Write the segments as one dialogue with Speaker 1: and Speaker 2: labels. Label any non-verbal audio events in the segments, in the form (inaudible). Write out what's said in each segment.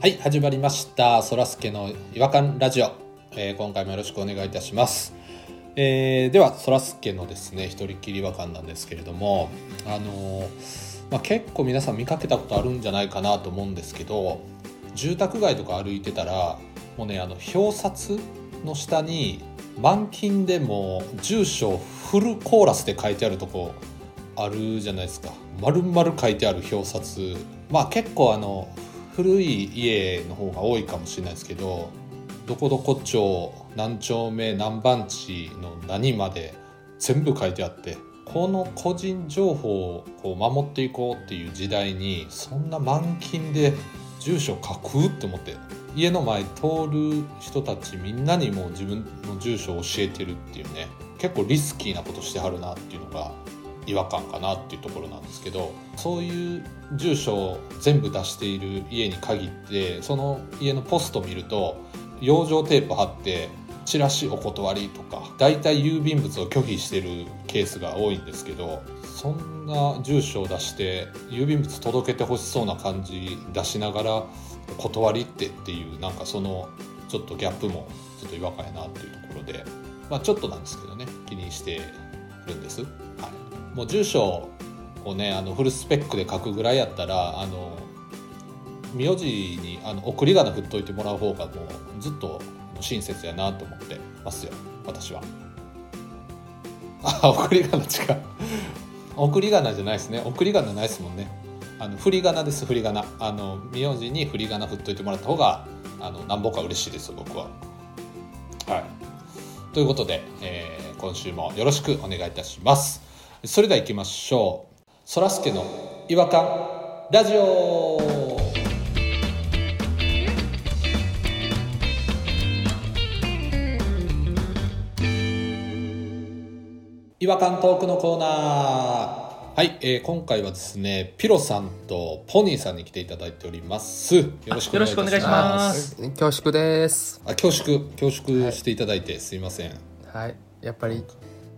Speaker 1: はい始まりましたそらすけの違和感ラジオ、えー今回もよろしくお願いいたします、えーではそらすけのですね一人っきり違和感なんですけれどもあのーまあ、結構皆さん見かけたことあるんじゃないかなと思うんですけど住宅街とか歩いてたらもうねあの表札の下に満金でもう住所フルコーラスで書いてあるとこあるじゃないですか丸々書いてある表札まあ結構あの古い家の方が多いかもしれないですけどどこどこ町何丁目何番地の何まで全部書いてあってこの個人情報をこう守っていこうっていう時代にそんな満金で住所書くって思って家の前通る人たちみんなにもう自分の住所を教えてるっていうね結構リスキーなことしてはるなっていうのが違和感かなっていうところなんですけどそういう住所を全部出している家に限ってその家のポスト見ると養生テープ貼ってチラシお断りとか大体郵便物を拒否してるケースが多いんですけどそんな住所を出して郵便物届けてほしそうな感じ出しながら「断りって」っていうなんかそのちょっとギャップもちょっと違和感やなっていうところでまあちょっとなんですけどね気にしてるんです。はい、もう住所をねあのフルスペックで書くぐらいやったらあの名字にあの送り仮名振っといてもらう方がもうずっと親切やなと思ってますよ私は (laughs) あ送り仮名違う (laughs) 送り仮名じゃないですね送り仮名ないですもんねあの振り仮名です振り仮名あの名字に振り仮名振っといてもらった方があのなんぼか嬉しいです僕ははいということで、えー今週もよろしくお願いいたしますそれでは行きましょうそらすけの違和感ラジオ違和感トークのコーナーはい、えー今回はですねピロさんとポニーさんに来ていただいておりますよろしくお願いいたします
Speaker 2: よろしくお願いします
Speaker 3: 恐縮です
Speaker 1: あ恐縮恐縮していただいてすいません、
Speaker 3: はいやっぱり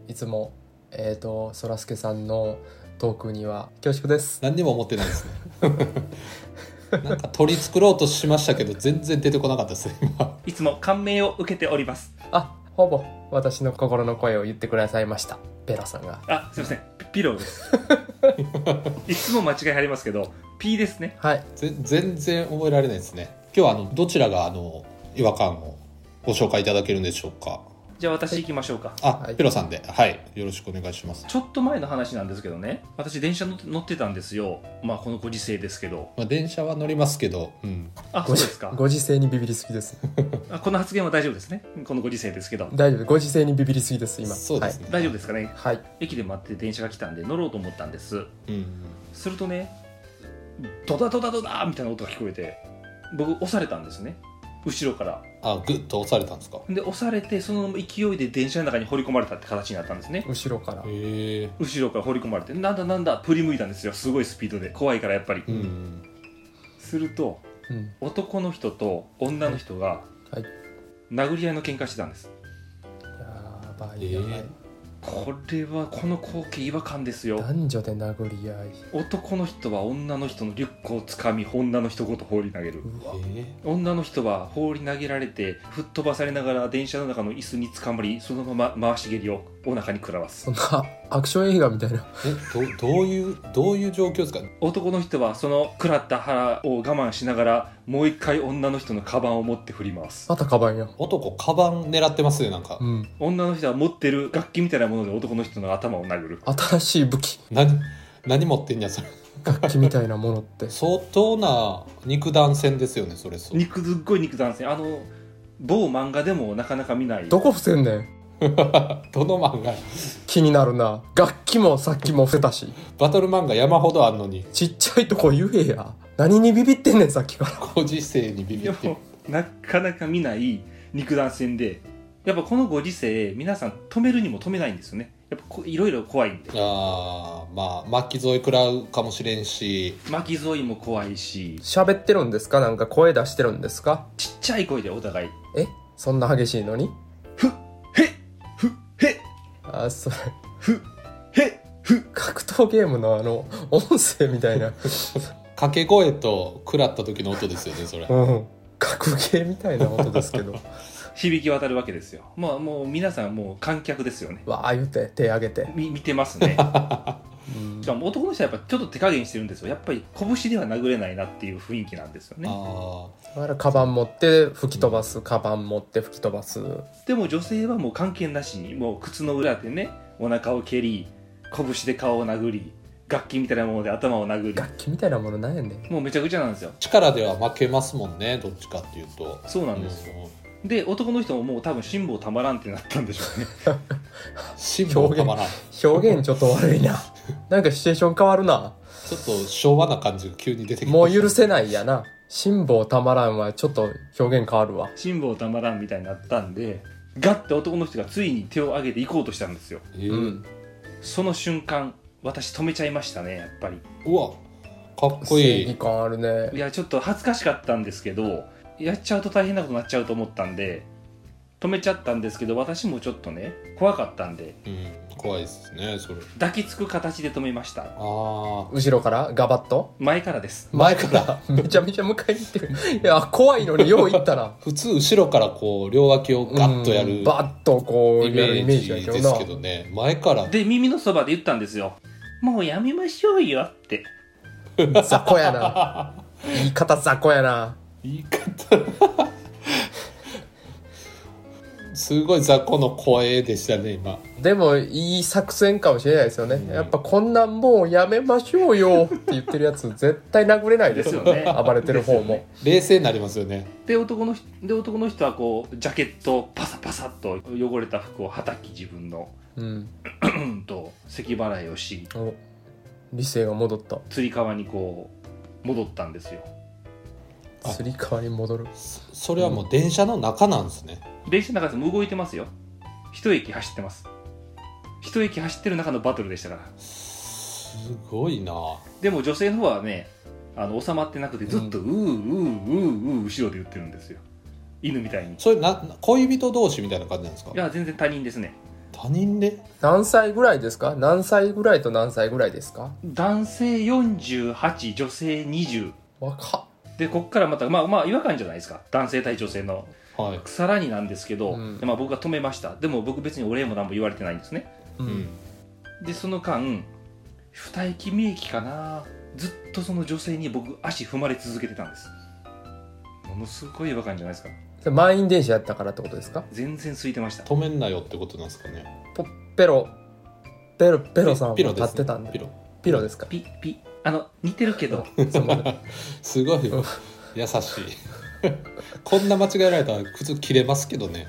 Speaker 3: いつもえっ、とそらすけさんのトークには恐縮です
Speaker 1: 何にも思ってないですねなんか取り繕ろうとしましたけど全然出てこなかったですね今
Speaker 2: いつも感銘を受けております。
Speaker 3: あほぼ私の心の声を言ってくださいましたペラさんが
Speaker 2: あ、すいません。ピピロー
Speaker 3: (laughs)
Speaker 2: です。いつも間違いありますけど、P ですね。
Speaker 3: はい
Speaker 1: ぜ全然覚えられないですね今日はあのどちらがあの違和感をご紹介いただけるんでしょうか
Speaker 2: じゃあ私行きましょうか。
Speaker 1: あ、
Speaker 3: はい
Speaker 1: ピロさんではいよろしくお願いします
Speaker 2: ちょっと前の話なんですけどね、私電車の乗ってたんですよ。まあこのご時世ですけど。
Speaker 1: まあ、電車は乗りますけど、うん、
Speaker 2: あ、そう
Speaker 3: ご
Speaker 2: で
Speaker 3: 時
Speaker 2: すか。
Speaker 3: ご時世にビビりすぎです
Speaker 2: あこの発言は大丈夫ですね。このご時世ですけど。
Speaker 3: 大丈夫ご時世にビビりすぎです今
Speaker 1: そうですね、
Speaker 2: 大丈夫ですかね。
Speaker 3: はい、はい、
Speaker 2: 駅で待って電車が来たんで乗ろうと思ったんです。
Speaker 1: うん
Speaker 2: するとね、ドダドダドダーみたいな音が聞こえて、僕押されたんですね。後ろから。
Speaker 1: あグッと押されたんですか
Speaker 2: で押されてその勢いで電車の中に放り込まれたって形になったんですね
Speaker 3: 後ろから
Speaker 1: へえ
Speaker 2: 後ろから放り込まれてなんだなんだ振り向いたんですよすごいスピードで怖いからやっぱり、
Speaker 1: うん
Speaker 2: すると
Speaker 3: うん
Speaker 2: 男の人と女の人が
Speaker 3: はい
Speaker 2: 殴り合いの喧嘩してたんです
Speaker 3: やば
Speaker 1: えー
Speaker 3: いやばい、
Speaker 2: これはこの光景違和感ですよ
Speaker 3: 男女で殴り合い
Speaker 2: 男の人は女の人のリュックをつかみ女の人ごと放り投げる
Speaker 3: うわ
Speaker 1: え
Speaker 2: 女の人は放り投げられて吹っ飛ばされながら電車の中の椅子につかまりそのまま回し蹴りをお腹に食らわす
Speaker 3: そんなアクション映画みたいな (laughs)
Speaker 1: えどどういうどういう状況ですか
Speaker 2: 男の人はその食らった腹を我慢しながらもう一回女の人のカバンを持って振り回す
Speaker 3: またカバンや
Speaker 1: 男カバン狙ってますねなんか
Speaker 3: うん
Speaker 2: 女の人は持ってる楽器みたいなもので男の人の頭を殴る
Speaker 3: 新しい武器
Speaker 1: 何何持ってんやそれ
Speaker 3: 楽器みたいなものって
Speaker 1: 相当な肉弾戦ですよねそれそう
Speaker 2: 肉すっごい肉弾戦あの某漫画でもなかなか見ない
Speaker 3: どこ伏せんねん
Speaker 1: どの漫画
Speaker 3: 気になるな楽器もさっきも伏せたし
Speaker 1: バトル漫画山ほどあんのに
Speaker 3: ちっちゃいとこ言えや何にビビってんねんさっきから
Speaker 1: ご時世にビビ
Speaker 2: で
Speaker 1: ってる
Speaker 2: もなかなか見ない肉弾戦でやっぱこのご時世皆さん止めるにも止めないんですよねやっぱこいろいろ怖いんで
Speaker 1: あーまあ巻き添え食らうかもしれんし
Speaker 2: 巻き添いも怖いし
Speaker 3: 喋ってるんですかなんか声出してるんですか
Speaker 2: ちっちゃい声でお互い
Speaker 3: えそんな激しいのに
Speaker 2: ふっへっ
Speaker 3: あそれ
Speaker 2: ふっへっふっ
Speaker 3: 格闘ゲームのあの音声みたいな
Speaker 1: 掛け声と食らった時の音ですよねそれ
Speaker 3: うん格ゲーみたいな音ですけど (laughs)
Speaker 2: 響き渡るわけですよまあもう皆さんもう観客ですよね
Speaker 3: わあ言って手上げて、
Speaker 2: み見てます (laughs) ね
Speaker 3: うん
Speaker 2: しかも男の人はやっぱちょっと手加減してるんですよやっぱり拳では殴れないなっていう雰囲気なんですよね
Speaker 1: あ
Speaker 3: だからカバン持って吹き飛ばすカバン持って吹き飛ばす
Speaker 2: でも女性はもう関係なしにもう靴の裏でねお腹を蹴り拳で顔を殴り楽器みたいなもので頭を殴り
Speaker 3: 楽器みたいなものなんやねん
Speaker 2: もうめちゃくちゃなんですよ
Speaker 1: ー力では負けますもんねどっちかっていうと
Speaker 2: そうなんですよ、
Speaker 1: よ
Speaker 2: で男の人ももう多分辛抱たまらんってなったんでしょ (laughs) うね
Speaker 1: 辛抱たまらん
Speaker 3: 表現ちょっと悪いななんかシチュエーション変わるな
Speaker 1: ちょっと昭和な感じが急に出てきて
Speaker 3: もう許せないやな辛抱たまらんはちょっと表現変わるわ
Speaker 2: 辛抱たまらんみたいになったんでガッて男の人がついに手を挙げて行こうとしたんですよ
Speaker 1: えー
Speaker 3: うん
Speaker 2: その瞬間私止めちゃいましたねやっぱり
Speaker 1: うわかっこ
Speaker 3: 正
Speaker 1: い
Speaker 3: 義
Speaker 1: い
Speaker 3: 感あるね
Speaker 2: いやちょっと恥ずかしかったんですけどやっちゃうと大変なことになっちゃうと思ったんで止めちゃったんですけど私もちょっとね怖かったんで
Speaker 1: うん、怖いですねそれ
Speaker 2: 抱きつく形で止めました
Speaker 1: ああ
Speaker 3: 後ろからガバッと
Speaker 2: 前からです
Speaker 3: 前からめちゃめちゃ迎えに行ってるいや怖いのによう行ったな
Speaker 1: 普通後ろからこう両脇を (laughs) ガッとやる
Speaker 3: うん
Speaker 1: イ
Speaker 3: バッとこうやるイ
Speaker 1: メ
Speaker 3: メー
Speaker 1: ー
Speaker 3: ジ
Speaker 1: ジ
Speaker 3: やけど
Speaker 1: で
Speaker 3: な
Speaker 1: すけどね前から
Speaker 2: で耳のそばで言ったんですよもうやめましょうよって
Speaker 3: 雑魚やな
Speaker 1: (laughs)
Speaker 3: 言い方雑魚やな
Speaker 1: 言い方 (laughs) すごい雑魚の声でしたね今
Speaker 3: でもいい作戦かもしれないですよね、
Speaker 1: うん
Speaker 3: やっぱこんなんもうやめましょうよって言ってるやつ絶対殴れないで
Speaker 2: です
Speaker 1: (laughs)
Speaker 2: すよ
Speaker 3: よ
Speaker 2: ね
Speaker 3: (laughs) 暴れてる
Speaker 2: です
Speaker 3: 方
Speaker 2: よね
Speaker 3: も、
Speaker 1: 冷静になりますよね
Speaker 2: で男の人で男の人はこうジャケットをパサパサっと汚れた服をはたき自分の
Speaker 3: うん
Speaker 2: うんと咳払いをし
Speaker 3: お理性が戻った
Speaker 2: つり革にこう戻ったんですよ
Speaker 1: あ
Speaker 3: すり替わり戻る
Speaker 1: それはもう電車の中なんですね、
Speaker 2: 電車の中でも動いてますよ一駅走ってます一駅走ってる中のバトルでしたから
Speaker 1: すごいな
Speaker 2: でも女性の方はねあの収まってなくてずっと「うーうーうーうー後ろで言ってるんですよ犬みたいに
Speaker 1: それな恋人同士みたいな感じなんですか
Speaker 2: いや全然他人ですね
Speaker 1: 他人で
Speaker 3: 何歳ぐらいですか何歳ぐらいと何歳ぐらいですか
Speaker 2: 男性48女性20
Speaker 3: 若っ
Speaker 2: でこっからまたまあまあ違和感じゃないですか男性対女性の
Speaker 1: はい、
Speaker 2: さらになんですけど、
Speaker 3: うん
Speaker 2: でまあ、僕が止めましたでも僕別にお礼も何も言われてないんですね
Speaker 3: う、
Speaker 1: うん
Speaker 2: でその間二駅三駅かなずっとその女性に僕足踏まれ続けてたんですものすごい違和感じゃないですか
Speaker 3: それ満員電車やったからってことですか
Speaker 2: 全然空いてました
Speaker 1: 止めんなよってことなんですかね
Speaker 3: ポッペロペロペロさんは
Speaker 1: ピ
Speaker 3: 立
Speaker 1: ロです、ね、
Speaker 3: ってたんで
Speaker 1: ピ
Speaker 3: ピロ
Speaker 1: ロ
Speaker 3: ですか
Speaker 2: ピピあの似てるけど
Speaker 3: そんな
Speaker 1: (laughs) すごい
Speaker 3: うん
Speaker 1: 優しい (laughs) こんな間違えられたら靴切れますけどね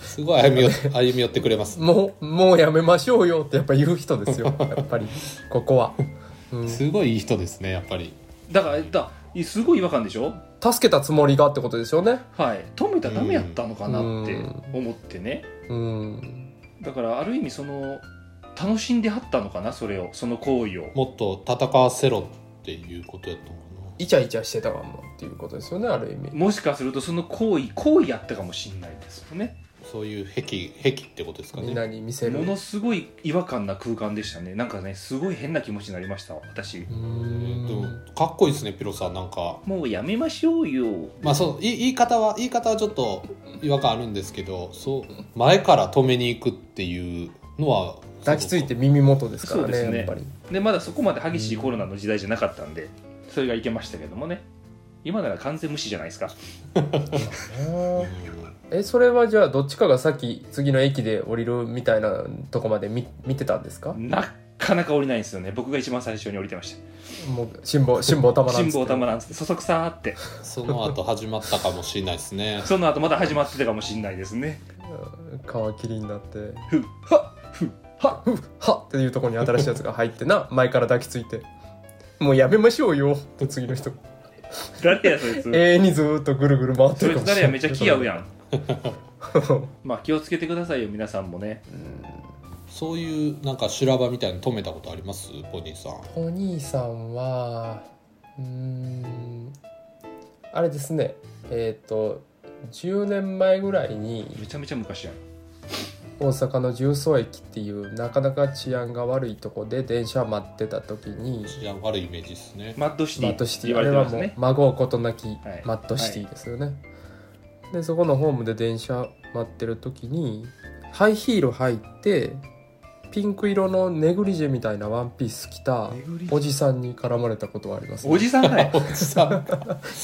Speaker 1: すごい歩み寄歩み寄ってくれます、
Speaker 3: もうもうやめましょうよってやっぱ言う人ですよやっぱりここは、うん、助
Speaker 1: すごいいい人ですねやっぱり
Speaker 2: だからだすごい違和感でしょ
Speaker 3: けたつもりがってことですよね
Speaker 2: はい止めたらダメやったのかなって
Speaker 3: うん
Speaker 2: 思ってね
Speaker 3: うん
Speaker 2: だからある意味その楽しんではったのかなそれをその行為を
Speaker 1: もっと戦わせろっていうことやったのかな
Speaker 3: イチャイチャしてたかもっていうことですよねある意味
Speaker 2: もしかするとその行為行為やったかもしれないですよね
Speaker 1: そういう癖癖ってことですか
Speaker 3: み
Speaker 1: ね
Speaker 3: んなに見せる
Speaker 2: ものすごい違和感な空間でしたねなんかねすごい変な気持ちになりました私
Speaker 3: う
Speaker 1: えーでも
Speaker 3: ん
Speaker 1: かっこいいですねピロさんなんか
Speaker 2: もうやめましょうよ
Speaker 1: まあそうい言い方は言い方はちょっと違和感あるんですけどそう前から止めに行くっていうのは
Speaker 3: 抱きついて耳元ですから
Speaker 2: そう
Speaker 3: ね
Speaker 2: ですね
Speaker 3: やっぱり
Speaker 2: でまだそこまで激しいコロナの時代じゃなかったんでそれがいけましたけどもね今なら完全無視じゃないですか
Speaker 1: うん
Speaker 3: えそれはじゃあどっちかがさっき次の駅で降りるみたいなとこまで見見てたんですか
Speaker 2: なかなか降りないんですよね僕が一番最初に降りてまし
Speaker 3: もう
Speaker 2: (laughs)
Speaker 3: 辛抱辛抱た
Speaker 2: た
Speaker 3: まらん
Speaker 2: 辛
Speaker 3: っつって
Speaker 2: 抱たまらんっつってそそくさーって
Speaker 1: その後始まったかもしれないですね
Speaker 2: その後また始まってたかもしれないですね
Speaker 3: うん皮切りになって
Speaker 2: ふっ
Speaker 3: はっふっはっふっはっっていうところに新しいやつが入ってな (laughs) 前から抱きついてもうやめましょうよと次の人
Speaker 2: 誰やそいつ
Speaker 3: 永遠にずーっとぐるぐる回って
Speaker 2: そ
Speaker 3: る
Speaker 2: い
Speaker 3: かも
Speaker 2: つ
Speaker 3: しれ
Speaker 2: 誰
Speaker 3: な
Speaker 2: や
Speaker 3: い
Speaker 2: めっちゃ気合うやん
Speaker 3: ん
Speaker 2: まあ気をつけてくださいよ皆さんもね
Speaker 1: そういうなんか修羅場みたいに止めたことありますポニーさん
Speaker 3: お兄さんはうーんあれですねえっ、と10年前ぐらいに
Speaker 2: めちゃめちゃ昔やん
Speaker 3: 大阪の十三駅っていうなかなか治安が悪いとこで電車待ってた時に
Speaker 1: じゃあ悪いイメージですね。
Speaker 2: マッドシテ
Speaker 3: マ
Speaker 2: ィ
Speaker 3: ッドシ
Speaker 2: って
Speaker 3: ティ、
Speaker 2: 言
Speaker 3: あ
Speaker 2: われて
Speaker 3: れは
Speaker 2: ます
Speaker 3: もう
Speaker 2: ね
Speaker 3: まごうことなき
Speaker 2: い
Speaker 3: マッドシティですよね、でそこのホームで電車待ってる時にハイヒール履いてピンク色のネグリジェみたいなワンピース着た
Speaker 2: ネグリジェ
Speaker 3: おじさんに絡まれたことはあります、
Speaker 2: おじさんかい
Speaker 1: おじさん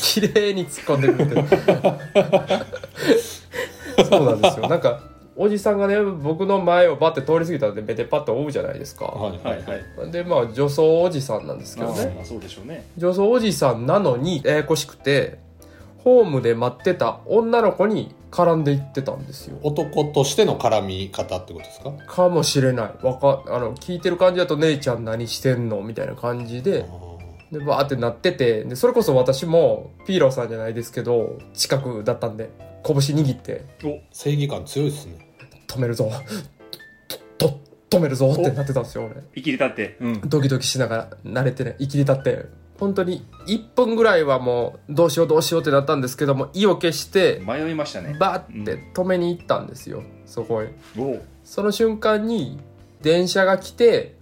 Speaker 3: 綺麗に突っ込んでくれて (laughs) そうなんですよなんかおじさんがね僕の前をバッて通り過ぎたので目でパッと追うじゃないです
Speaker 1: (laughs)
Speaker 3: か、
Speaker 1: はい
Speaker 2: は
Speaker 1: はいい
Speaker 2: は
Speaker 1: はいい。
Speaker 3: でまあ女装おじさんなんですけど
Speaker 2: まあ
Speaker 3: ね
Speaker 2: まあそうでしょうね
Speaker 3: 女装おじさんなのにややこしくてホームで待ってた女の子に絡んでいってたんですよ
Speaker 1: 男としての絡み方ってことですか。
Speaker 3: かもしれないわかあの聞いてる感じだと「姉ちゃん何してんの?」みたいな感じででバーってなっててでそれこそ私もピーローさんじゃないですけど近くだったんで拳握って
Speaker 2: お
Speaker 1: 正義感強いですね。
Speaker 3: 「止めるぞ」と「と止めるぞ」ってなってたんですよ俺
Speaker 2: 生きり立ってうん
Speaker 3: ドキドキしながら慣れてね、いきり立って、本当に1分ぐらいはもう、どうしようどうしようってなったんですけども、意を決して、
Speaker 2: 迷いましたね
Speaker 3: バーって止めに行ったんですよ、そこへ。
Speaker 2: お
Speaker 3: その瞬間に、電車が来て、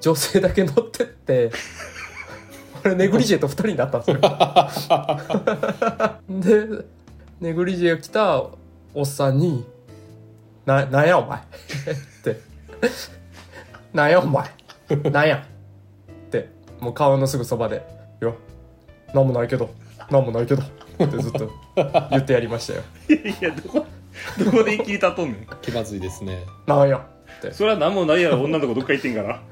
Speaker 3: 女性だけ乗ってって、俺、ネグリジェと2人になったんですよ。で、ネグリジェが来たおっさんに、な、なんやお前って。なんやお前なんやって、もう顔のすぐそばで、いや、なんもないけど、なんもないけど、ってずっと言ってやりましたよ。
Speaker 2: (laughs) いやどこどこで生きり立っとんねん
Speaker 1: 気まずいですね。
Speaker 3: なんやって。
Speaker 2: それは何もないやろ女の子どっか行ってんから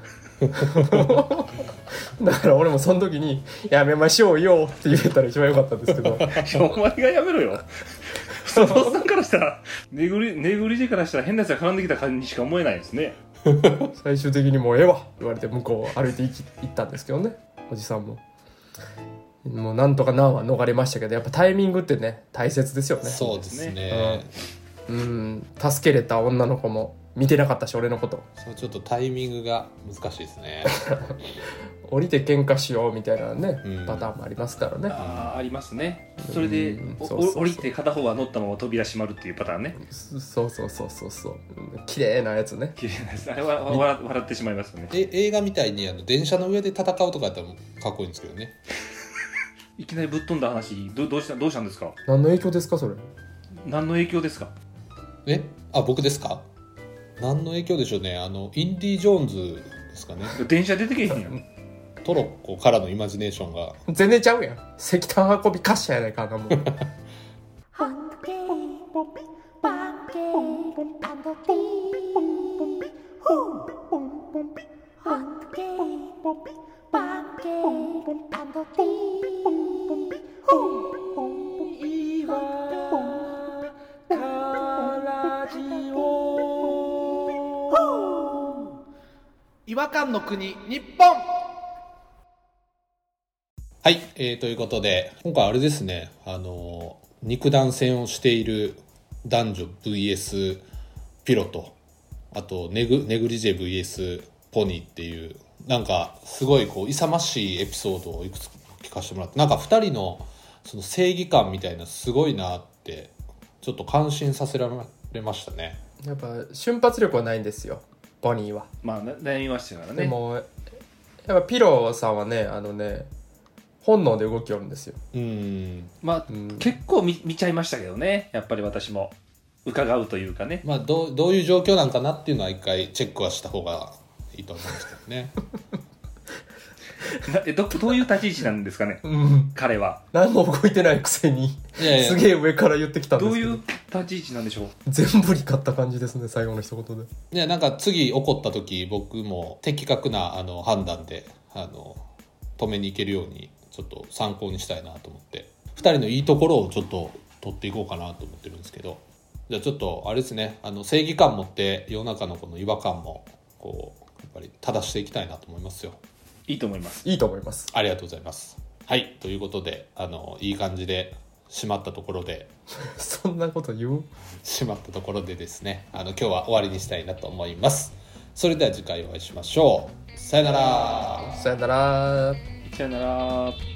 Speaker 3: だから俺もその時に「やめましょうよ」って言えたら一番良かったんですけ
Speaker 1: (laughs)
Speaker 3: ど
Speaker 2: い (laughs) やお前がやめろ (laughs) よそのおっさんからしたらネグリネグリジェからしたら変なやつが絡んできた感じにしか思えないですね
Speaker 3: 最終的に「もうええわ」言われて向こう歩いていき行ったんですけどねおじさんも。もうなんとか難は逃れましたけどやっぱタイミングってね大切ですよね
Speaker 1: (laughs) そうですね。
Speaker 3: うん助けれた女の子も見てなかったし俺のこと
Speaker 1: そうちょっとタイミングが難しいですね。 (laughs)
Speaker 3: 降りて喧嘩しようみたいなね、
Speaker 1: うん
Speaker 3: パターンもありますからね
Speaker 2: ああありますねそれで
Speaker 3: うん
Speaker 2: お
Speaker 3: そうそうそう
Speaker 2: お降りて片方は乗ったまま扉閉まるっていうパターンね
Speaker 3: そそうそうそうそうそううん綺麗なやつね
Speaker 2: 綺麗なですあれはわ笑笑ってしまいますよね
Speaker 1: え映画みたいにあの電車の上で戦うとかやったらかっこいいんですけどね。
Speaker 2: いきなりぶっ飛んだ話どどうしたどうしたんですか
Speaker 3: 何の影響ですかそれ
Speaker 2: 何の影響ですか
Speaker 1: えあ僕ですか。何の影響でしょうね。あのインディジョーンズですかね。
Speaker 2: 電車出てけへんやん
Speaker 1: トロッコからのイマジネーションが
Speaker 3: 全然ちゃうやん石炭運び滑車やないかあんなもん
Speaker 4: Hunky,
Speaker 5: 違和感の国日本
Speaker 1: はい、えーということで今回あれですねあのー肉弾戦をしている男女 VS ピロとあとネグネグリジェ VS ポニーっていうなんかすごいこう勇ましいエピソードをいくつか聞かせてもらってなんか2人のその正義感みたいなすごいなってちょっと感心させられましたね。
Speaker 3: やっぱ瞬発力はないんですよボニーは、
Speaker 2: まあな悩みましたから
Speaker 3: で
Speaker 2: ね
Speaker 3: もやっぱピローさんはねあのね本能で動きよるんですよ、
Speaker 1: うん
Speaker 2: まあ
Speaker 3: うん
Speaker 2: 結構見見ちゃいましたけどねやっぱり私も伺うというかね
Speaker 1: まあ、どうどういう状況なんかなっていうのは一回チェックはした方がいいと思うんですけどね。
Speaker 2: なえどどういう立ち位置なんですかね
Speaker 3: うん、
Speaker 2: 彼は
Speaker 3: 何も動いてないくせに
Speaker 1: いやいや
Speaker 3: すげえ上から言ってきたんで
Speaker 2: ど
Speaker 3: す
Speaker 2: う
Speaker 3: け
Speaker 2: い
Speaker 3: ど
Speaker 2: う立ち位置なんでしょう
Speaker 3: 全部に勝った感じですね最後の一言で
Speaker 1: ね、なんか次起こった時僕も的確なあの判断であの止めに行けるようにちょっと参考にしたいなと思って2人のいいところをちょっと取っていこうかなと思ってるんですけどじゃあちょっとあれですねあの正義感持って世の中のこの違和感もこうやっぱり正していきたいなと思いますよ。
Speaker 2: いいと思います
Speaker 3: いいと思います
Speaker 1: ありがとうございます。はいということであのいい感じで締まったところで
Speaker 3: そんなこと言う
Speaker 1: しまったところでですねあの今日は終わりにしたいなと思いますそれでは次回お会いしましょうさよなら
Speaker 3: さよなら
Speaker 2: さよなら